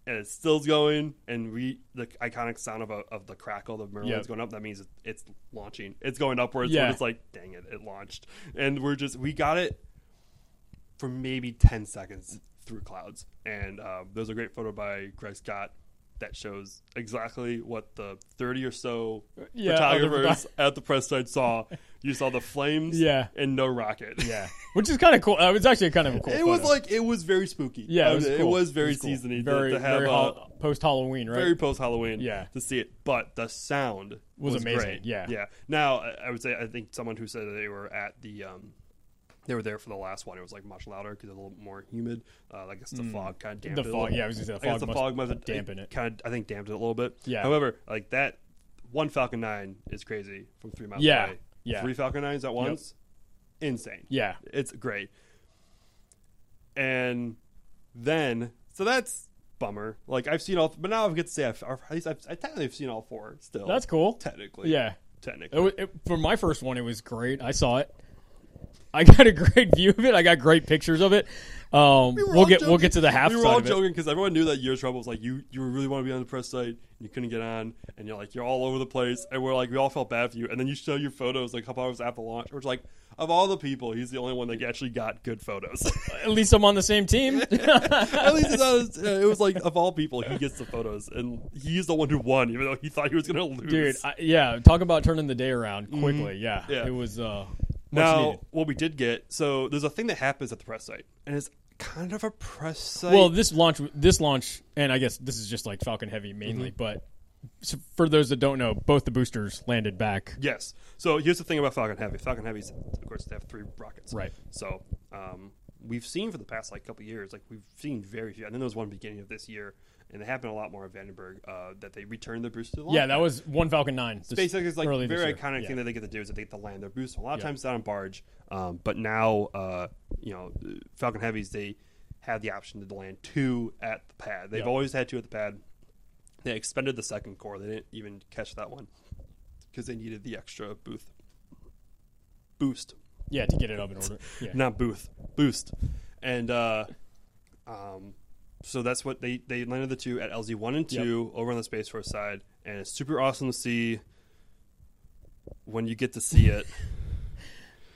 B: and it still's going, and we the iconic sound of a, of the crackle, the Merlin's
C: Yep.
B: going up. That means it, it's launching. It's going upwards.
C: Yeah.
B: We're just like, dang it, it launched, and we're just we got it for maybe 10 seconds through clouds. And um, there's a great photo by Greg Scott that shows exactly what the 30 or so
C: Uh, Yeah, other (laughs)
B: photographers at the press side saw. You saw the flames
C: Yeah.
B: and no rocket.
C: yeah, which is kind of cool. Uh, it's actually kind of a
B: (laughs)
C: cool.
B: It was
C: photo.
B: like it was very spooky.
C: yeah,
B: I
C: it was,
B: mean,
C: cool.
B: very
C: It was cool.
B: seasony to-
C: very,
B: to, have
C: very
B: a
C: post Halloween, right?
B: very post Halloween.
C: Yeah.
B: to see it, but the sound
C: Was amazing,
B: great.
C: yeah.
B: yeah. Now I- I would say I think someone who said that they were at the um, they were there for the last one. It was like much louder because a little more humid. Uh, I guess the fog kind of dampened
C: Mm. the
B: it a
C: fog,
B: little.
C: yeah, I was gonna say the
B: I guess
C: fog,
B: the
C: must
B: fog must have
C: dampen it.
B: Kind of, I think dampened it a little bit.
C: Yeah.
B: However, like that one Falcon Nine is crazy from three miles
C: Yeah,
B: away.
C: yeah.
B: Three Falcon Nines at once, insane.
C: Yeah,
B: It's great. And then, so that's bummer. Like I've seen all, but now I get to say I've, or at least I've, I technically have seen all four still.
C: that's cool.
B: technically,
C: Yeah, it,
B: technically.
C: wa- it, for my first one, it was great. I saw it. I (laughs) got a great view of it. I got great pictures of it. Um, we
B: were
C: will
B: all
C: get we'll
B: joking-
C: get to the half
B: We were
C: side
B: all
C: of it.
B: joking because everyone knew that your trouble was like you. You really want to be on the press site, and you couldn't get on, and you're like you're all over the place, and we're like we all felt bad for you. And then you show your photos like a couple hours after launch, which like of all the people, he's the only one that actually got good photos. (laughs)
C: At least I'm on the same team.
B: At
C: (laughs)
B: least it's not, uh, it was like of all people, he gets the photos, and he's the one who won, even though he thought he was going to lose.
C: Dude, I, yeah, talk about turning the day around quickly. Yeah,
B: Mm-hmm. Yeah.
C: it was uh, much
B: now
C: needed.
B: what we did get, so there's a thing that happens at the press site, and it's kind of a press site.
C: Well, this launch, this launch, and I guess this is just like Falcon Heavy
B: Mm-hmm.
C: mainly, but so for those that don't know, both the boosters landed back.
B: yes. So here's the thing about Falcon Heavy. Falcon Heavy's, of course, they have three rockets,
C: Right.
B: So um, we've seen for the past like couple years, like we've seen very few. And then there was one beginning of this year, and it happened a lot more at Vandenberg uh, that they returned the booster. to the launch
C: Yeah, that was one Falcon Nine. this-
B: SpaceX is like
C: early this
B: very
C: year.
B: iconic
C: Yeah.
B: thing that they get to do is that they get to land their boost. A lot of
C: Yeah.
B: times it's on a barge, um, but now uh, you know Falcon Heavies they have the option to land two at the pad. They've
C: Yeah.
B: always had two at the pad. They expended the second core. They didn't even catch that one because they needed the extra booth boost
C: Yeah, to get it up
B: (laughs)
C: in order. Yeah,
B: not booth boost and uh um so that's what they they landed the two at lz one and two over on the space force side and it's super awesome to see when you get to see it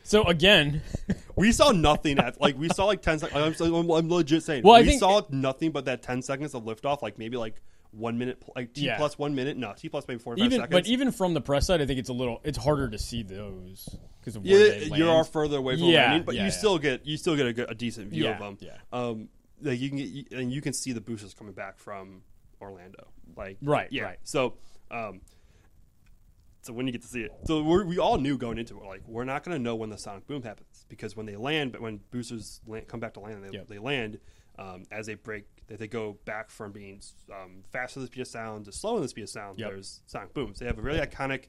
C: So again, (laughs)
B: we saw nothing at like we saw like 10 seconds I'm, so- I'm, I'm legit saying
C: Well, I
B: we
C: think-
B: saw nothing but that 10 seconds of liftoff like maybe like one minute pl- like t
C: Yeah.
B: plus one minute no t plus maybe 45
C: even
B: seconds
C: but even from the press side, I think it's a little it's harder to see those because of where
B: yeah,
C: they land.
B: you're all further away from
C: Yeah,
B: landing, but
C: yeah,
B: you
C: yeah.
B: still get you still get a, good, a decent view
C: Yeah,
B: of them.
C: yeah.
B: Um, like you can get, and you can see the boosters coming back from Orlando. Like
C: Right,
B: yeah.
C: right.
B: So, um, so when you get to see it, so we're, we all knew going into it, like we're not going to know when the sonic boom happens because when they land, but when boosters land, come back to land, they,
C: Yep.
B: they land um, as they break, that they go back from being um, faster than the speed of sound to slower than the speed of sound.
C: Yep.
B: There's sonic booms. They have a really iconic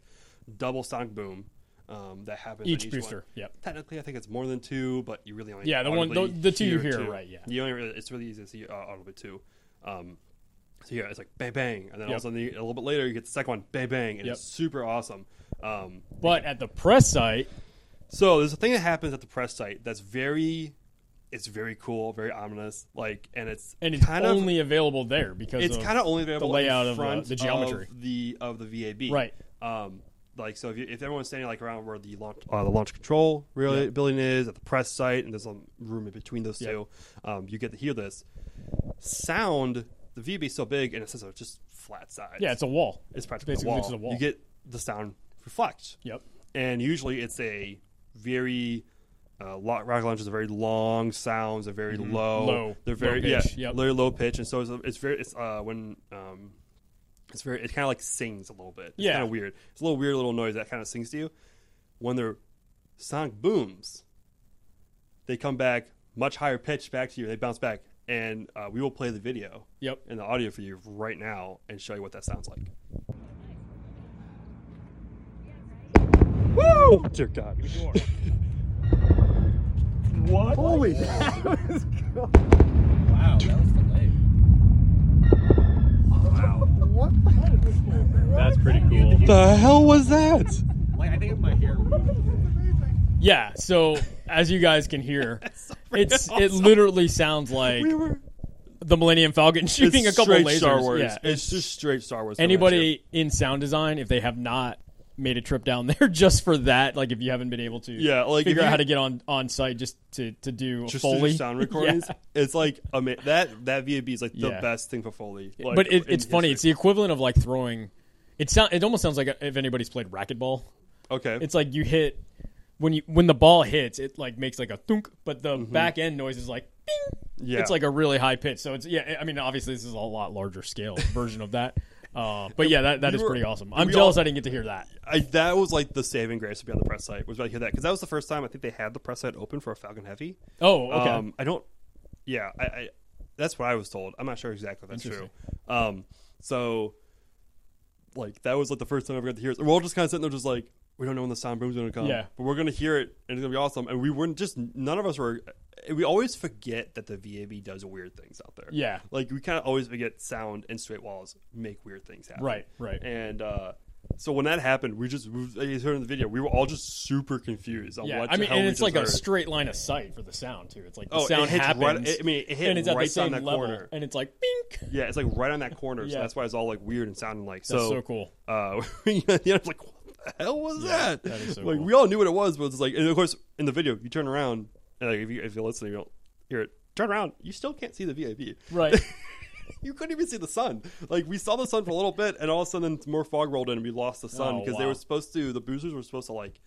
B: double sonic boom. Um, that happens on
C: each
B: one
C: booster. Yep.
B: technically I think it's more than two, but you really only
C: Yeah, the one-
B: audibly
C: the- the two you hear, right, yeah.
B: you only really, it's really easy to see uh, audibly two. Um, so yeah, it's like bang bang, and then all of a
C: Yep.
B: sudden you- a little bit later you get the second one bang bang, and
C: Yep.
B: it's super awesome. Um,
C: But at the press site,
B: so there's a thing that happens at the press site that's very, it's very cool, very ominous, like, and it's
C: and it's
B: kind of
C: only available there because
B: it's
C: of,
B: kind of only available
C: layout
B: in
C: of, uh,
B: front
C: the geometry.
B: of the of the VAB,
C: Right.
B: Um, like so, if, you, if everyone's standing like around where the launch uh, the launch control really building is at the press site, and there's a room in between those
C: Yeah.
B: two, um, you get to hear this sound. The VAB is so big, and it's just, just flat sides.
C: yeah, it's a wall.
B: it's practically
C: basically
B: a, wall.
C: just a wall.
B: You get the sound reflect
C: Yep.
B: and usually it's a very uh, lo- rocket launchers are very long sounds are very low
C: Mm-hmm. Low.
B: they're very
C: Low pitch,
B: yeah
C: yep.
B: very low pitch and so it's, it's very it's uh when um it's very it kind of like sings a little bit it's
C: Yeah.
B: kind of weird it's a little weird little noise that kind of sings to you when their sonic booms they come back much higher pitch back to you they bounce back and uh, we will play the video
C: Yep.
B: (laughs) and the audio for you right now and show you what that sounds like Woo! Dear God.
A: What?
B: Holy
D: Wow, that was delayed.
A: That's pretty cool.
B: (laughs) the hell was that?
D: Like I think my hair.
C: Yeah.
B: (laughs)
C: So as you guys can hear, it's it literally sounds like
B: We were
C: the Millennium Falcon (laughs) shooting a couple
B: straight
C: lasers.
B: Star Wars.
C: Yeah,
B: it's, just straight Star Wars.
C: anybody in sound design if they have not made a trip down (laughs) there just for that like if you haven't been able to
B: Yeah, like,
C: figure
B: if
C: out
B: you-
C: how to get on on site just to to do a
B: just to
C: foley
B: do sound recordings.
C: (laughs) Yeah.
B: It's like ama- that that VAB is like the
C: Yeah.
B: best thing for Foley. Like,
C: but it,
B: in
C: it's funny it's
B: history.
C: the equivalent of like throwing it sound it almost sounds like if anybody's played racquetball
B: okay.
C: it's like you hit when you when the ball hits it like makes like a thunk but the back end noise is like bing
B: Mm-hmm. yeah.
C: it's like a really high pitch so it's yeah i mean obviously this is a lot larger scale version of that uh, but yeah that, that
B: We
C: is
B: were-
C: pretty awesome i'm
B: we
C: jealous
B: all-
C: i didn't get to hear that
B: I, that was like the saving grace to be on the press site was when I hear that because that was the first time I think they had the press site open for a Falcon Heavy.
C: oh okay
B: Um, I don't. Yeah, I, I. That's what I was told. I'm not sure exactly if that's true. Um, so, like, that was like the first time I ever got to hear it. We're all just kind of sitting there, just like, we don't know when the sound boom's going to come.
C: Yeah.
B: But we're going to hear it, and it's going to be awesome. And we weren't just none of us were. We always forget that the VAB does weird things out there.
C: Yeah.
B: Like we kind of always forget sound and straight walls make weird things happen.
C: Right, right.
B: And uh, so when that happened, we just we, like you heard in the video, we were all just super confused on
C: Yeah,
B: what.
C: I mean,
B: how
C: and
B: we
C: it's like
B: just
C: a
B: heard.
C: straight line of sight for the sound too. It's like the
B: Oh, it
C: sound
B: hits right-
C: happens.
B: I mean, it hit
C: and it's at
B: right
C: the
B: on
C: same
B: that
C: level,
B: corner.
C: and it's like bink.
B: Yeah, it's like right on that corner, so
C: Yeah.
B: that's why it's all like weird and sounding like
C: That's
B: so.
C: so, cool.
B: Uh, (laughs) yeah, I was like, what the hell was that?
C: that is so
B: like
C: cool.
B: we all knew what it was, but it's like, and of course, in the video, you turn around, and like if you if you're listening, you don't hear it. Turn around, you still can't see the VAB.
C: Right.
B: (laughs) You couldn't even see the sun. Like we saw the sun for a little bit, and all of a sudden, more fog rolled in, and we lost the sun
C: Oh,
B: because they were
C: wow.
B: supposed to. The boosters were supposed to like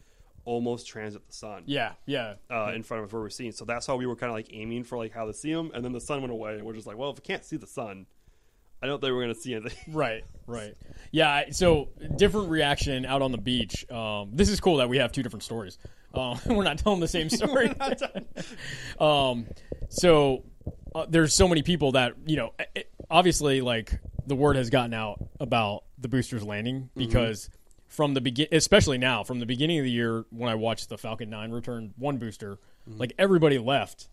B: almost transit the sun.
C: yeah, yeah.
B: Uh, in front of where we're seeing, so that's how we were kind of like aiming for like how to see them, and then the sun went away, and we're just like, well, if we can't see the sun, I don't think we're gonna see anything.
C: Right, right. Yeah, I- so different reaction out on the beach. Um, this is cool that we have two different stories. Um, (laughs) we're not telling
B: (laughs)
C: the same story. (laughs) um, so uh, there's so many people that, you know, it- it, obviously, like, the word has gotten out about the boosters landing
B: Mm-hmm.
C: because from the begin, especially now, from the beginning of the year when I watched the Falcon 9 return one booster,
B: Mm-hmm.
C: like, everybody left.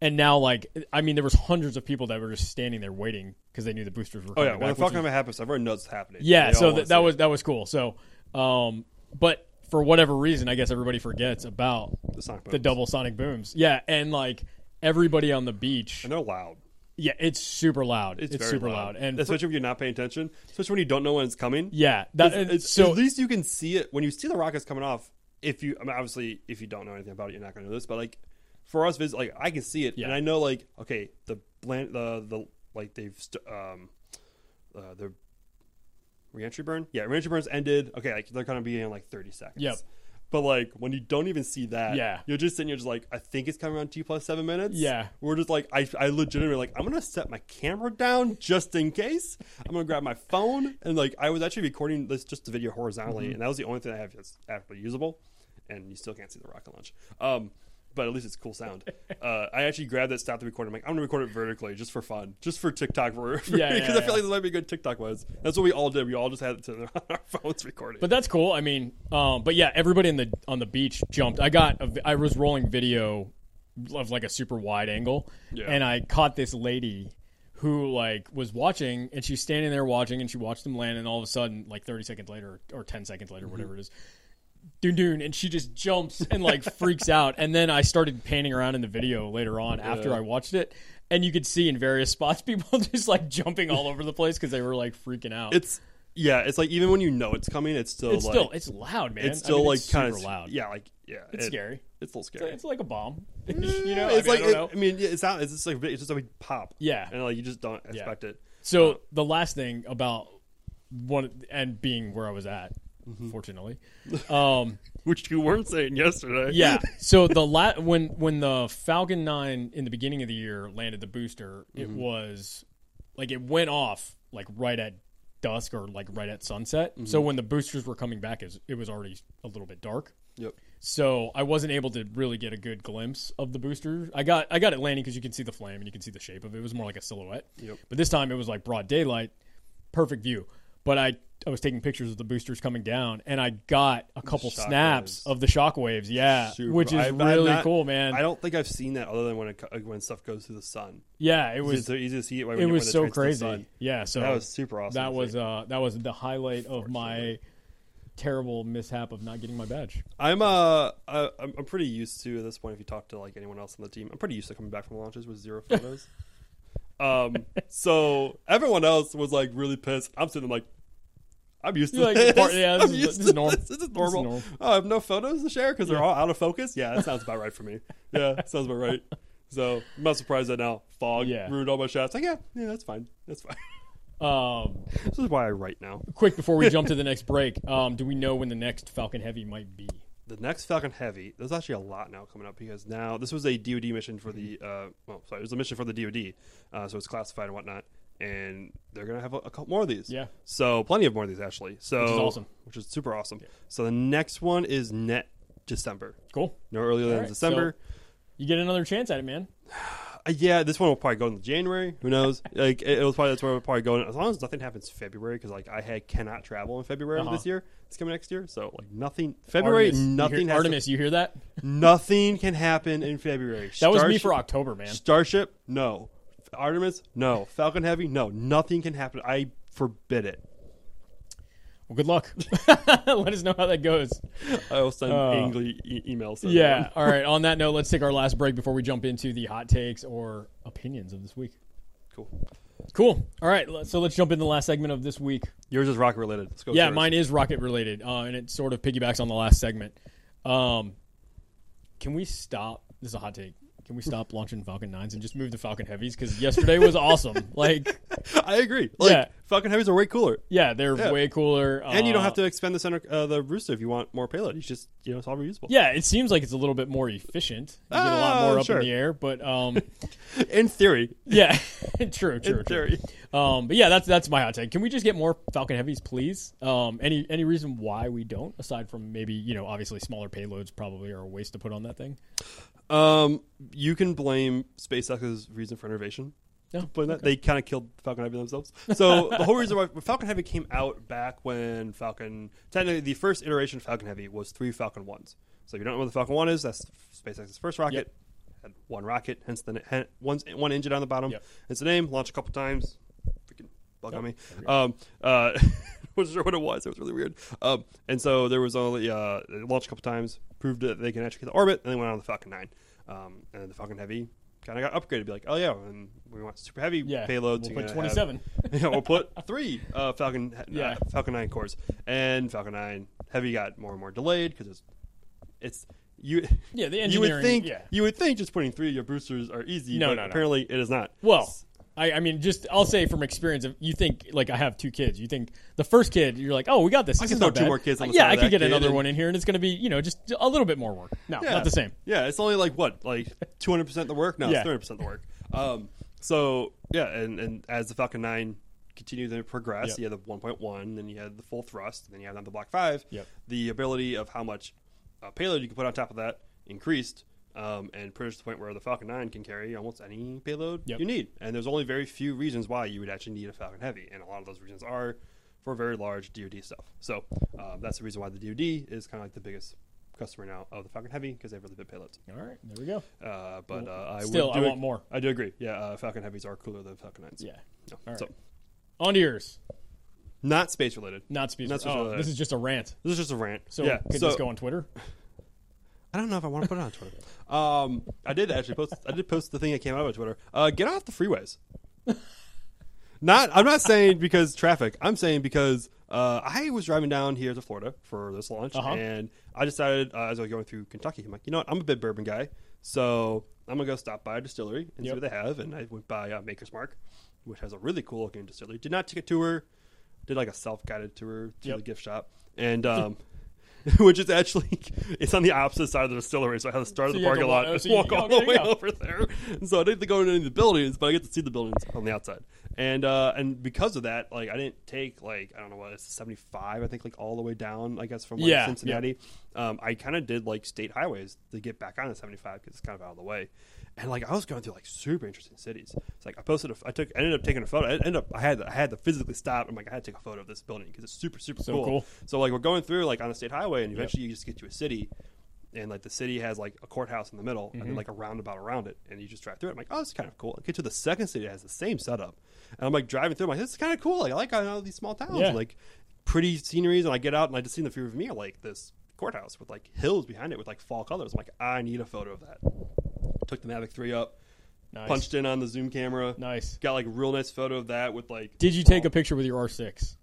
C: And now, like, I mean, there was hundreds of people that were just standing there waiting because they knew the boosters were.
B: (laughs) Oh yeah,
C: coming
B: when the
C: back, which
B: Falcon
C: is-
B: Heavy happens, everyone knows it's happening.
C: yeah,
B: They all
C: so
B: wanna
C: th- that
B: see
C: was that was cool. So, um, but for whatever reason, I guess everybody forgets about
B: it. the, sonic
C: the
B: booms.
C: double sonic booms. Yeah, and like everybody on the beach.
B: and they're loud.
C: Yeah, it's super loud. It's,
B: It's, very
C: super loud. And for-
B: especially if you're not paying attention, especially when you don't know when it's coming.
C: yeah, that
B: It's-
C: and
B: it's-
C: so
B: at least you can see it when you see the rockets coming off. If you, I mean, obviously, if you don't know anything about it, you're not going to know this. But like for us, vis- like I can see it,
C: Yeah.
B: and I know like okay, the blan- the the like they've st- um uh, the reentry burn, yeah, reentry burns ended. Okay, like they're going to be in like 30 seconds.
C: Yep.
B: But like when you don't even see that,
C: Yeah.
B: you're just sitting, you're just like, I think it's coming around T plus seven minutes.
C: Yeah.
B: we're just like, I, I legitimately like, I'm gonna set my camera down just in case. I'm gonna grab my phone and like, I was actually recording this just the video horizontally,
C: Mm-hmm.
B: and that was the only thing I have that's actually usable. And you still can't see the rocket launch. Um, but at least it's cool
C: (laughs)
B: sound. Uh, I actually grabbed that, stopped the recording. I'm like, I'm gonna record it vertically just for fun, just for (laughs) TikTok, because
C: Yeah, yeah,
B: I feel
C: yeah.
B: like this might be a good TikTok was. That's what we all did. We all just had it to (laughs) our phones recording.
C: But that's cool. I mean, um, but yeah, everybody in the on the beach jumped. I got a vi- I was rolling video of like a super wide angle,
B: Yeah.
C: and I caught this lady who like was watching, and she's standing there watching, and she watched them land, and all of a sudden, like thirty seconds later or ten seconds later, whatever it is. Doon doon, and she just jumps and like freaks out. And then I started panning around in the video later on after I watched it, and you could see in various (laughs) spots people just like jumping all over the place because they were like freaking out.
B: it's yeah, it's like even when you know it's coming, it's still
C: It's
B: like,
C: still it's loud, man.
B: it's
C: I
B: still
C: mean,
B: like
C: it's
B: kind of
C: super loud.
B: Yeah, like yeah,
C: It's
B: it-
C: scary.
B: It's a little
C: It's,
B: scary.
C: it's like a bomb. (laughs) you know,
B: it's
C: I
B: like
C: mean, I don't
B: it-
C: know.
B: I mean, yeah, it's not. It's just like it's just a big pop.
C: Yeah.
B: and like you just don't expect it.
C: So the last thing about one and being where I was at, fortunately, um,
B: Which you weren't saying yesterday.
C: yeah. So the la- when when the Falcon Nine in the beginning of the year landed the booster, it was like it went off like right at dusk or like right at sunset. So when the boosters were coming back, it was, it was already a little bit dark.
B: (laughs) Yep.
C: So I wasn't able to really get a good glimpse of the booster. I got I got it landing because you can see the flame and you can see the shape of it. It was more like a silhouette.
B: Yep.
C: But this time it was like broad daylight, perfect view. But I I was taking pictures of the boosters coming down and I got a couple
B: shock
C: snaps
B: waves.
C: of the shockwaves. Yeah,
B: Super-
C: which is
B: I've- I've
C: really
B: not-
C: cool, man.
B: I don't think I've seen that other than when it, co- like, when stuff goes through the sun.
C: yeah, it
B: It was
C: was
B: so easy to see it. When
C: it
B: when
C: was so
B: turns to the
C: crazy.
B: sun.
C: Yeah, so
B: That was super awesome.
C: That
B: to
C: was
B: see.
C: uh that was the highlight of my terrible mishap of not getting my badge.
B: I'm uh I, I'm I'm
C: (laughs)
B: pretty used to at this point. If you talk to like anyone else on the team, I'm pretty used to coming back from launches with zero photos. Um, so everyone else was like really pissed. I'm sitting there like, I'm used to
C: You're like,
B: this.
C: part- yeah, this
B: I'm
C: is-
B: used
C: this is
B: to
C: norm-
B: This. This is normal.
C: norm.
B: Oh, I have no photos to share because they're all out of focus. Yeah, that sounds about right for me.
C: (laughs)
B: Yeah, that sounds about right. So I'm not surprised that now fog
C: Yeah.
B: ruined all my shots. Like, yeah, yeah, that's fine. That's fine. (laughs)
C: Um,
B: this is why I write now.
C: quick before we jump
B: (laughs)
C: to the next break, um, do we know when the next Falcon Heavy might be?
B: the next Falcon Heavy, there's actually a lot now coming up because now this was a DoD mission for the
C: Mm-hmm.
B: uh, well, sorry, it was a mission for the DoD, uh, so it's classified and whatnot, and they're gonna have a, a couple more of these.
C: Yeah.
B: so plenty of more of these actually. So
C: Which is awesome.
B: which is super awesome. So the next one is net December,
C: Cool.
B: no earlier than
C: right,
B: December.
C: You get another chance at it, man.
B: Uh, yeah, this one will probably go into January. Who knows? (laughs) like it, it was probably that's where it'll probably go in, as long as nothing happens February because like I had, cannot travel in February of
C: Uh-huh.
B: this year. It's coming next year, so like nothing February,
C: Artemis,
B: nothing
C: You hear,
B: has to-
C: Artemis, you hear that?
B: Nothing can happen in February.
C: That was me for October,
B: (laughs)
C: man.
B: Starship, no. Artemis, no. Falcon Heavy, no. Nothing can happen. I forbid it.
C: Well, good luck. (laughs) Let us know how that goes.
B: I will send
C: Oh.
B: angry e- emails. to
C: Yeah.
B: everyone.
C: All right. On that note, let's take our last break before we jump into the hot takes or opinions of this week.
B: cool.
C: Cool. All right. let- So let's jump into the last segment of this week.
B: Yours is rocket related. Let's go. with
C: Yeah,
B: yours.
C: mine is rocket related, uh, and it sort of piggybacks on the last segment. Um, can we stop? This is a hot take. Can we stop launching Falcon Nines and just move to Falcon Heavies? Because yesterday was
B: (laughs)
C: awesome. Like,
B: (laughs) I agree. Like,
C: Yeah.
B: Falcon Heavies are way cooler,
C: yeah, they're
B: Yeah.
C: way cooler,
B: and you don't
C: uh,
B: have to expend the center uh, the rooster if you want more payload. It's just you know it's all reusable.
C: Yeah, it seems like it's a little bit more efficient. You get a lot
B: Oh,
C: more up
B: sure.
C: in the air, but um, (laughs)
B: In theory,
C: yeah, (laughs) true, true,
B: in
C: true.
B: theory.
C: Um, but yeah, that's that's my hot take. Can we just get more Falcon Heavies, please? Um, any any reason why we don't, aside from maybe you know obviously smaller payloads probably are a waste to put on that thing.
B: Um, you can blame SpaceX's reason for innovation.
C: Yeah,
B: But that they kind of killed Falcon Heavy themselves.
C: (laughs)
B: So the whole reason why Falcon Heavy came out back when Falcon technically the first iteration of Falcon Heavy was three Falcon ones. So if you don't know what the Falcon one is, that's SpaceX's first rocket.
C: Yep.
B: Had one rocket, hence the hen- one one engine on the bottom.
C: Yep.
B: Hence the name. Launched a couple times. Freaking bug on me.
C: There we go.
B: Um, uh, (laughs) wasn't sure what it was. It was really weird. Um, and so there was only uh, it launched a couple times, proved that they can actually get the orbit, and then went on the Falcon Nine. Um, and the Falcon Heavy kind of got upgraded, to be like, oh yeah, and we want super heavy
C: Yeah,
B: payloads.
C: we'll
B: you're
C: put
B: gonna have-
C: 27.
B: (laughs) yeah, we'll put three uh, Falcon uh,
C: Yeah.
B: Falcon Nine cores, and Falcon Nine Heavy got more and more delayed because it's it's you.
C: Yeah, the
B: (laughs) you would
C: engineering-
B: think
C: yeah.
B: you would think just putting three of your boosters are easy,
C: No,
B: but
C: no, no.
B: apparently it is not.
C: Well, I, I mean, just I'll say from experience, if you think like I have two kids, you think the first kid, you're like, oh, we got this.
B: I
C: this
B: can
C: is
B: throw
C: not
B: two
C: bad.
B: more kids on the
C: yeah,
B: side
C: I
B: of
C: can
B: that
C: get
B: kid
C: another
B: and-
C: one in here, and it's going to be you know just a little bit more work. No,
B: Yeah.
C: not the same.
B: Yeah, it's only like what, like two hundred percent the work. No,
C: Yeah.
B: it's thirty percent the work. Um, so yeah, and and as the Falcon Nine continued to progress,
C: Yep.
B: you had the one point one, then you had the full thrust, then you had the Block Five.
C: Yep.
B: The ability of how much uh, payload you can put on top of that increased. Um, and pretty much to the point where the Falcon 9 can carry almost any payload
C: Yep.
B: you need. And there's only very few reasons why you would actually need a Falcon Heavy. And a lot of those reasons are for very large DoD stuff. So um, that's the reason why the DoD is kind of like the biggest customer now of the Falcon Heavy because they have really big payloads.
C: All right, there we go.
B: Uh, but uh, I
C: Still,
B: would
C: I
B: do
C: want more.
B: I do agree. Yeah, uh, Falcon Heavies are cooler than Falcon Nines.
C: Yeah,
B: No.
C: All
B: so
C: right. on to yours.
B: not space related.
C: Not speech.
B: Not speech
C: Oh,
B: related.
C: this is just a rant.
B: This is just a rant.
C: So
B: yeah,
C: could
B: so
C: this go
B: (laughs)
C: on Twitter?
B: I don't know if I want to put it on Twitter. um, I did actually post. I did post the thing that came out on Twitter. Uh, get off the freeways. not. I'm not saying because traffic. I'm saying because uh, I was driving down here to Florida for this launch,
C: Uh-huh.
B: and I decided uh, as I was going through Kentucky, I'm like, you know what? I'm a big bourbon guy, so I'm gonna go stop by a distillery and
C: Yep.
B: see what they have. And I went by uh, Maker's Mark, which has a really cool looking distillery. Did not take a tour. Did like a self guided tour to
C: Yep.
B: the gift shop, and um, (laughs) which is actually (laughs) it's on the opposite side of the distillery, so I had to start at
C: So
B: the
C: you had to
B: parking
C: wa-
B: lot
C: oh,
B: and
C: so you-
B: walk all
C: okay,
B: the way
C: yeah.
B: over there. And so I didn't go into any of the buildings, but I get to see the buildings on the outside. And uh, and because of that, like I didn't take like I don't know what it's seventy five, I think like all the way down, I guess from like,
C: Yeah,
B: Cincinnati. Um, I kind of did like state highways to get back on the seventy five because it's kind of out of the way. And like I was going through like super interesting cities. It's like I posted, a, I took, I ended up taking a photo. I ended up, I had, I had to physically stop. I'm like, I had to take a photo of this building because it's super, super
C: So
B: cool.
C: cool.
B: So like we're going through like on a state highway, and eventually you just get to a city, and like the city has like a courthouse in the middle, and
C: Mm-hmm.
B: then like a roundabout around it, and you just drive through it. I'm like, oh, this is kind of cool. I get to the second city that has the same setup, and I'm like driving through. I'm like, this is kind of cool. Like I like all these small towns,
C: Yeah.
B: and, like pretty sceneries, and I get out and I just see in the view of me like this courthouse with like hills behind it with like fall colors. I'm like, I need a photo of that. Took the Mavic three up.
C: Nice.
B: punched in on the zoom camera.
C: Nice.
B: Got like a real nice photo of that with like
C: Did you take a picture with your R6?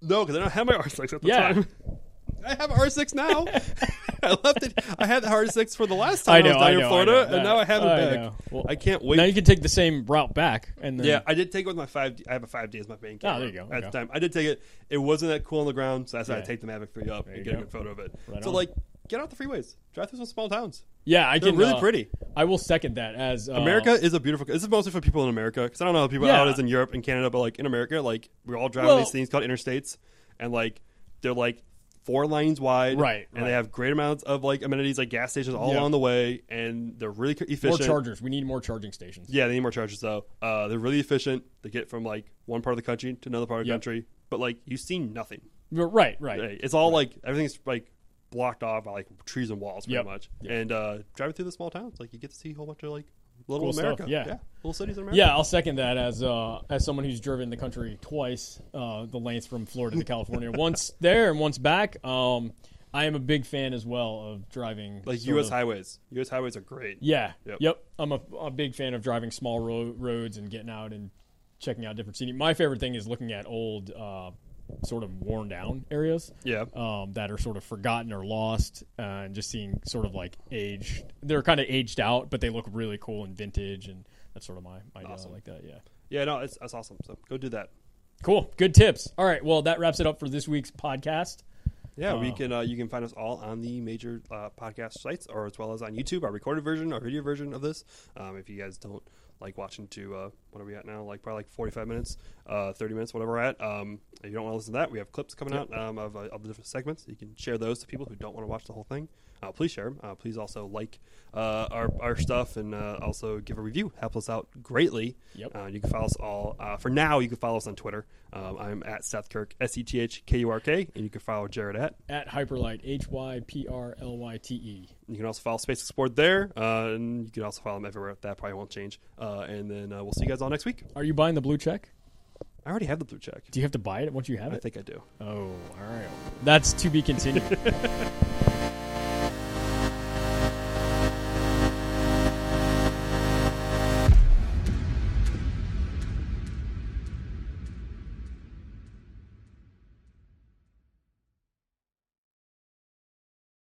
B: no because I don't have my R6 at the
C: Yeah.
B: time. (laughs) I have R6 now. (laughs) I left it. I had the R6 for the last time
C: I
B: I,
C: know,
B: was down
C: I
B: in
C: know, I
B: Florida,
C: know that.
B: and now I have it
C: I know.
B: back.
C: Well,
B: I can't wait.
C: Now you can take the same route back, and then
B: yeah, I did take it with my five. D- I have a five D as my main camera.
C: Oh, there you go,
B: At
C: okay.
B: the time, I did take it. It wasn't that cool on the ground, so that's why I
C: Yeah.
B: take the Mavic Three up
C: you
B: and get a
C: go.
B: good photo of it.
C: Right
B: so
C: on.
B: like, get out the freeways, drive through some small towns.
C: yeah, I
B: They're
C: can.
B: really
C: uh,
B: pretty.
C: I will second that as uh,
B: America is a beautiful. This is mostly for people in America because I don't know how people
C: Yeah.
B: out is in Europe and Canada, but like in America, like we're all driving
C: Well-
B: these things called interstates, and like they're like four lanes wide,
C: Right,
B: And
C: right.
B: they have great amounts of like amenities, like gas stations all
C: Yeah.
B: along the way, and they're really co-
C: More
B: efficient.
C: chargers. We need more charging stations.
B: Yeah, they need more chargers though. Uh, they're really efficient. They get from like one part of the country to another part of the
C: Yep.
B: country, but like you see nothing.
C: But Right, right.
B: Right. It's all like everything's like blocked off by like trees and walls pretty
C: Yep.
B: much.
C: Yep.
B: And uh driving through the small towns, like you get to see a whole bunch of like little
C: Cool stuff,
B: America.
C: yeah.
B: Little cities in America.
C: Yeah, I'll second that as uh, as someone who's driven the country twice, uh, the length from Florida
B: (laughs)
C: to California, once there and once back. Um, I am a big fan as well of driving
B: Like
C: sort
B: US
C: of-
B: highways. US highways are great.
C: Yeah.
B: Yep.
C: Yep. I'm a, a big fan of driving small ro- roads and getting out and checking out different scenery. My favorite thing is looking at old, uh, sort of worn down areas.
B: Yeah.
C: Um, that are sort of forgotten or lost, uh, and just seeing sort of like aged. They're kind of aged out, but they look really cool and vintage, and that's sort of my my idea. I like that. Yeah.
B: Yeah, no, it's that's awesome. So go do that.
C: Cool. Good tips. All right. Well, that wraps it up for this week's podcast.
B: Yeah, we can. Uh, you can find us all on the major uh, podcast sites, or as well as on YouTube, our recorded version, our video version of this. Um, if you guys don't like watching to uh, what are we at now? Like probably like forty five minutes, uh, thirty minutes, whatever we're at. Um, if you don't want to listen to that, we have clips coming out um, of, uh, of the different segments. You can share those to people who don't want to watch the whole thing. Uh, please share 'em. Uh, please also like uh, our our stuff and uh, also give a review. Help us out greatly.
C: Yep.
B: Uh, you can follow us all. Uh, for now, you can follow us on Twitter. Um, I'm at Seth Kirk, S E T H K U R K, and you can follow Jared at
C: At Hyperlight, H Y P R L Y T E.
B: you can also follow Space Explored there, uh, and you can also follow them everywhere. That probably won't change. Uh, and then uh, we'll see you guys all next week.
C: Are you buying the blue check?
B: I already have the blue check.
C: Do you have to buy it once you have
B: I
C: it?
B: think I do.
C: Oh, all right. That's to be continued.